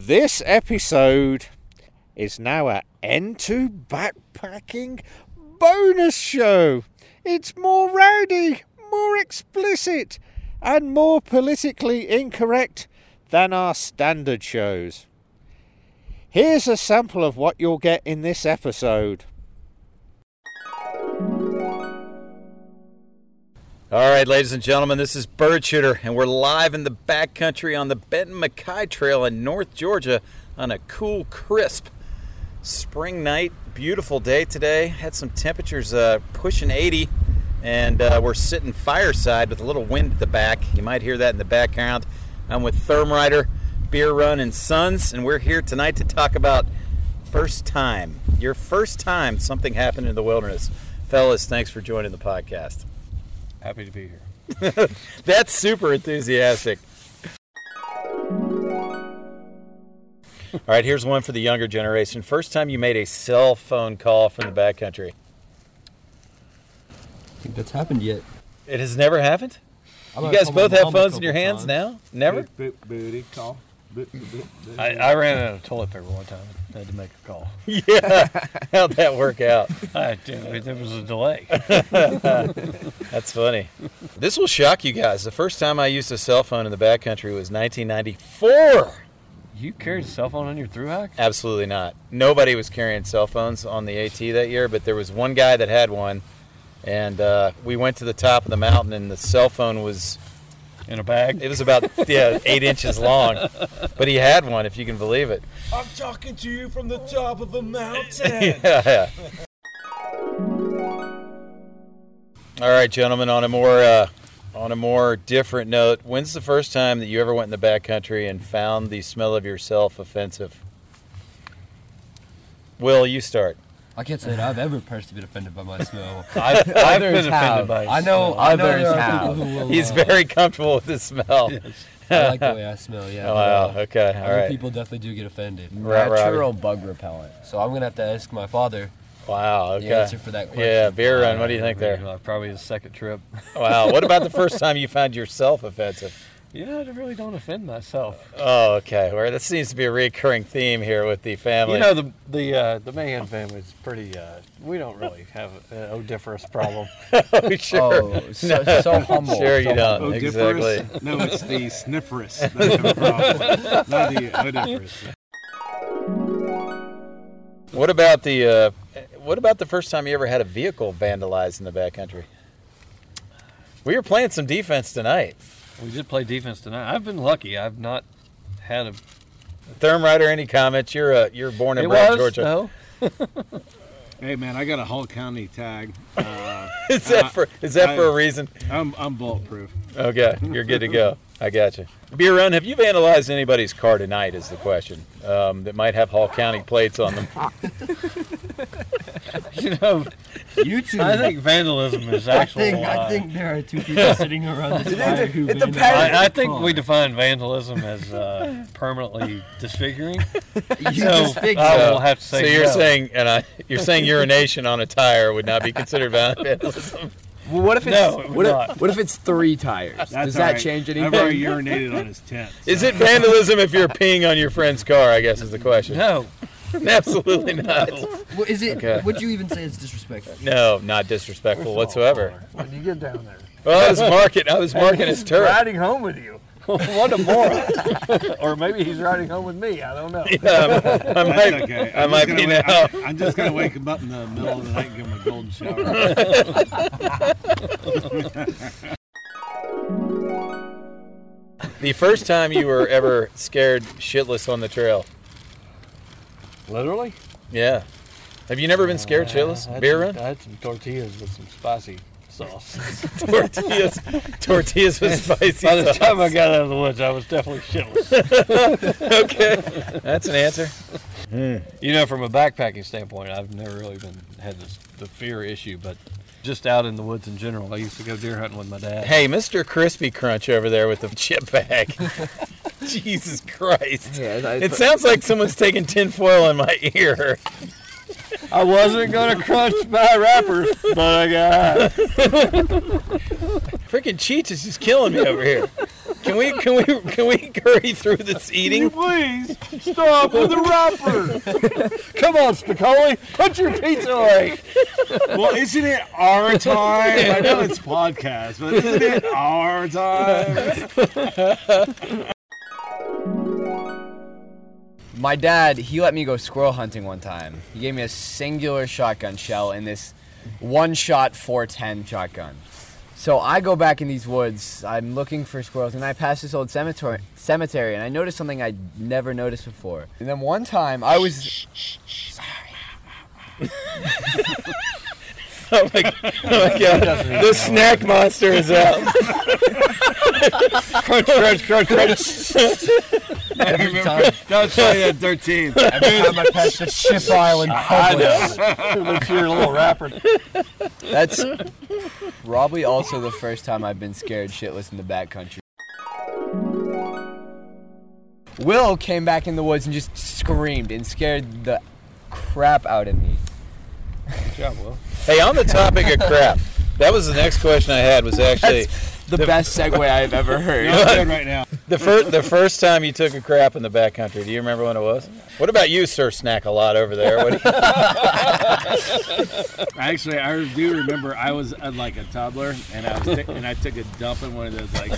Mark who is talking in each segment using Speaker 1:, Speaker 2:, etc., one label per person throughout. Speaker 1: This episode is now a N2 backpacking bonus show. It's more rowdy, more explicit, and more politically incorrect than our standard shows. Here's a sample of what you'll get in this episode.
Speaker 2: All right, ladies and gentlemen, this is Bird Shooter, and we're live in the backcountry on the Benton Mackay Trail in North Georgia on a cool, crisp spring night. Beautiful day today. Had some temperatures uh, pushing 80, and uh, we're sitting fireside with a little wind at the back. You might hear that in the background. I'm with Therm Rider, Beer Run, and Sons, and we're here tonight to talk about first time. Your first time something happened in the wilderness. Fellas, thanks for joining the podcast.
Speaker 3: Happy to be here.
Speaker 2: That's super enthusiastic. All right, here's one for the younger generation. First time you made a cell phone call from the backcountry.
Speaker 3: I think that's happened yet.
Speaker 2: It has never happened? You guys both have phones in your hands now? Never?
Speaker 4: Boot, boot, booty call. Boot, boot, boot, boot.
Speaker 5: I, I ran out of toilet paper one time. I had to make a call.
Speaker 2: Yeah. How'd that work out?
Speaker 5: I did, there was a delay.
Speaker 2: That's funny. This will shock you guys. The first time I used a cell phone in the backcountry was 1994.
Speaker 5: You carried a cell phone on your through hike?
Speaker 2: Absolutely not. Nobody was carrying cell phones on the AT that year, but there was one guy that had one, and uh, we went to the top of the mountain, and the cell phone was
Speaker 5: In a bag?
Speaker 2: it was about yeah eight inches long, but he had one if you can believe it.
Speaker 4: I'm talking to you from the top of a mountain.
Speaker 2: Yeah. All right, gentlemen. On a more uh, on a more different note, when's the first time that you ever went in the backcountry and found the smell of yourself offensive? Will you start?
Speaker 3: I can't say that I've ever personally been offended by my smell.
Speaker 5: I've, I've been offended
Speaker 6: have.
Speaker 5: by
Speaker 3: I know, I know there are people who will,
Speaker 2: He's
Speaker 3: uh,
Speaker 2: very comfortable with his smell.
Speaker 3: I like the way I smell. Yeah.
Speaker 2: Oh, wow.
Speaker 3: but, uh,
Speaker 2: Okay. All
Speaker 3: Other
Speaker 2: right.
Speaker 3: people definitely do get offended.
Speaker 2: Right, Robbie.
Speaker 6: Natural bug repellent.
Speaker 3: So I'm gonna have to ask my father
Speaker 2: Wow.
Speaker 3: the
Speaker 2: Okay.
Speaker 3: answer for that question.
Speaker 2: yeah. Beer run. What do you think there?
Speaker 5: Uh, Probably the second trip.
Speaker 2: Wow. What about the first time you found yourself offensive?
Speaker 5: You know, I really don't offend myself.
Speaker 3: Uh,
Speaker 2: Oh, okay. Well, that seems to be a recurring theme here with the family.
Speaker 5: You know, the the uh, the Mahan family is pretty. Uh, we don't really have an odoriferous problem.
Speaker 2: Oh, sure.
Speaker 6: Oh, so, so humble.
Speaker 2: Sure, you
Speaker 6: So
Speaker 2: don't.
Speaker 6: humble.
Speaker 2: Exactly.
Speaker 4: Odiferous? No, it's the snifferous. That's the problem. Not the odiferous.
Speaker 2: What about the uh, What about the first time you ever had a vehicle vandalized in the backcountry? We were playing some defense tonight.
Speaker 5: We did play defense tonight. I've been lucky. I've not had a.
Speaker 2: Therm Rider, any comments? You're uh, you're born and
Speaker 5: It
Speaker 2: bred
Speaker 5: was
Speaker 2: Georgia.
Speaker 3: Oh,
Speaker 5: no.
Speaker 4: Hey, man, I got a Hull County tag. Uh,
Speaker 2: Is that
Speaker 4: Uh,
Speaker 2: for Is that for a
Speaker 4: I-
Speaker 2: reason?
Speaker 4: I'm, I'm bulletproof.
Speaker 2: Okay, you're good to go. I got you. Beer Run, have you vandalized anybody's car tonight? Is the question um, that might have Hall County plates on them.
Speaker 5: You know,
Speaker 3: You two.
Speaker 5: I think vandalism is actual.
Speaker 3: I think, I
Speaker 5: uh,
Speaker 3: think there are two people sitting around this fire who may
Speaker 6: it
Speaker 3: not-
Speaker 6: depends.
Speaker 5: I, I think we define vandalism as uh, permanently disfiguring.
Speaker 3: You
Speaker 5: so
Speaker 3: just figured.
Speaker 5: I will have to
Speaker 2: So
Speaker 5: say
Speaker 2: you're
Speaker 5: no.
Speaker 2: saying, and I, you're saying urination on a tire would not be considered vandalism.
Speaker 6: Well, what if it's
Speaker 5: No, it would
Speaker 6: what,
Speaker 5: not.
Speaker 6: if, what if it's three tires? Does
Speaker 4: all
Speaker 6: that
Speaker 4: right.
Speaker 6: change
Speaker 4: I've already
Speaker 6: anything?
Speaker 4: urinated on his tent.
Speaker 2: Is it vandalism if you're peeing on your friend's car? I guess is the question.
Speaker 5: No,
Speaker 2: Absolutely not.
Speaker 3: Well, is it?
Speaker 2: Okay.
Speaker 3: Would you even say it's disrespectful?
Speaker 2: No, not disrespectful whatsoever.
Speaker 5: when you get down there,
Speaker 2: Well, I was marking. I was marking his turret.
Speaker 5: riding home with you. what a moron! or maybe he's riding home with me. I don't know.
Speaker 2: Yeah, I
Speaker 4: That's
Speaker 2: might,
Speaker 4: okay.
Speaker 2: I
Speaker 4: I'm
Speaker 2: might
Speaker 4: just
Speaker 2: be
Speaker 4: gonna
Speaker 2: now.
Speaker 4: wake- I'm, I'm just going to wake him up in the middle of the night and give him a golden shower.
Speaker 2: the first time you were ever scared shitless on the trail.
Speaker 5: Literally.
Speaker 2: Yeah. Have you never been scared shitless? Beer
Speaker 5: I
Speaker 2: run?
Speaker 5: had some tortillas with some spicy sauce.
Speaker 2: Tortillas. Tortillas with spicy
Speaker 5: By the
Speaker 2: sauce.
Speaker 5: time I got out of the woods, I was definitely shitless.
Speaker 2: Okay. That's an answer.
Speaker 5: you know, from a backpacking standpoint, I've never really been had this the fear issue, but just out in the woods in general, I used to go deer hunting with my dad.
Speaker 2: Hey, Mr. Crispy Crunch over there with the chip bag. Jesus Christ.
Speaker 6: Yeah, I,
Speaker 2: It sounds like someone's taking tinfoil in my ear.
Speaker 5: I wasn't gonna crunch my wrappers, but I got.
Speaker 2: Freaking Cheech is just killing me over here. Can we can we can we hurry through this eating?
Speaker 7: Please stop with the wrapper. Come on, Spicoli, put your pizza away.
Speaker 5: Well, isn't it our time? I know it's podcast, but isn't it our time?
Speaker 6: My dad, he let me go squirrel hunting one time. He gave me a singular shotgun shell and this one shot 410 shotgun. So I go back in these woods, I'm looking for squirrels, and I pass this old cemetery, cemetery and I noticed something I'd never noticed before. And then one time I was.
Speaker 2: Oh my, oh my god. The snack monster is out. crunch, crunch, crunch, crunch.
Speaker 6: Every time,
Speaker 5: Don't say that 13.
Speaker 6: every time I pass the ship aisle in public.
Speaker 7: With your little wrapper.
Speaker 6: That's probably also the first time I've been scared shitless in the backcountry. Will came back in the woods and just screamed and scared the crap out of me.
Speaker 7: Good job, Will.
Speaker 2: Hey, on the topic of crap, that was the next question I had was actually
Speaker 6: The best segue I've ever heard.
Speaker 5: I'm good right now.
Speaker 2: the first the first time you took a crap in the backcountry. Do you remember when it was? What about you, sir? Snack a lot over there. What do you-
Speaker 5: Actually, I do remember I was uh, like a toddler, and I was t- and I took a dump in one of those like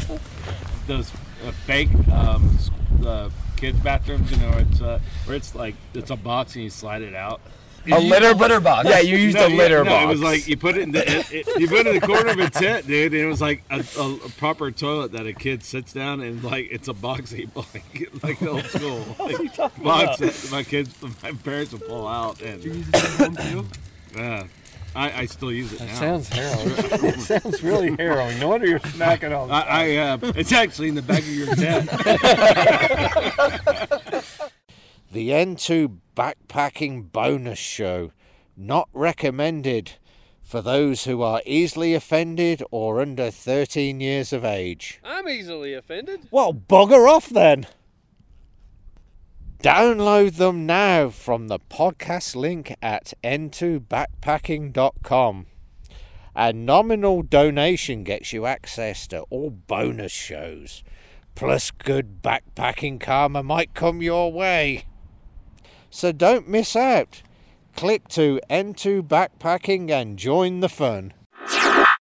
Speaker 5: those uh, fake um, s- uh, kids bathrooms, you know, where it's uh, where it's like it's a box and you slide it out.
Speaker 6: A litter litter box. Yeah, you used
Speaker 5: No,
Speaker 6: a
Speaker 5: yeah,
Speaker 6: litter
Speaker 5: no,
Speaker 6: box.
Speaker 5: It was like you put it in the it, it- you put it in the corner of a tent, dude, and it was like a, a, a proper toilet that a kid sits down and like it's a boxy blanket, like old school, like, box that my kids, my parents would pull out, and uh, I, I still use it now.
Speaker 7: Sounds harrowing. it sounds really harrowing. No wonder you're snacking on.
Speaker 5: I, I uh, it's actually in the back of your tent.
Speaker 1: The N2 Backpacking Bonus Show. Not recommended for those who are easily offended or under 13 years of age.
Speaker 8: I'm easily offended.
Speaker 1: Well, bugger off then! Download them now from the podcast link at n2backpacking.com. A nominal donation gets you access to all bonus shows, plus good backpacking karma might come your way. So don't miss out. Click to N2 Backpacking and join the fun.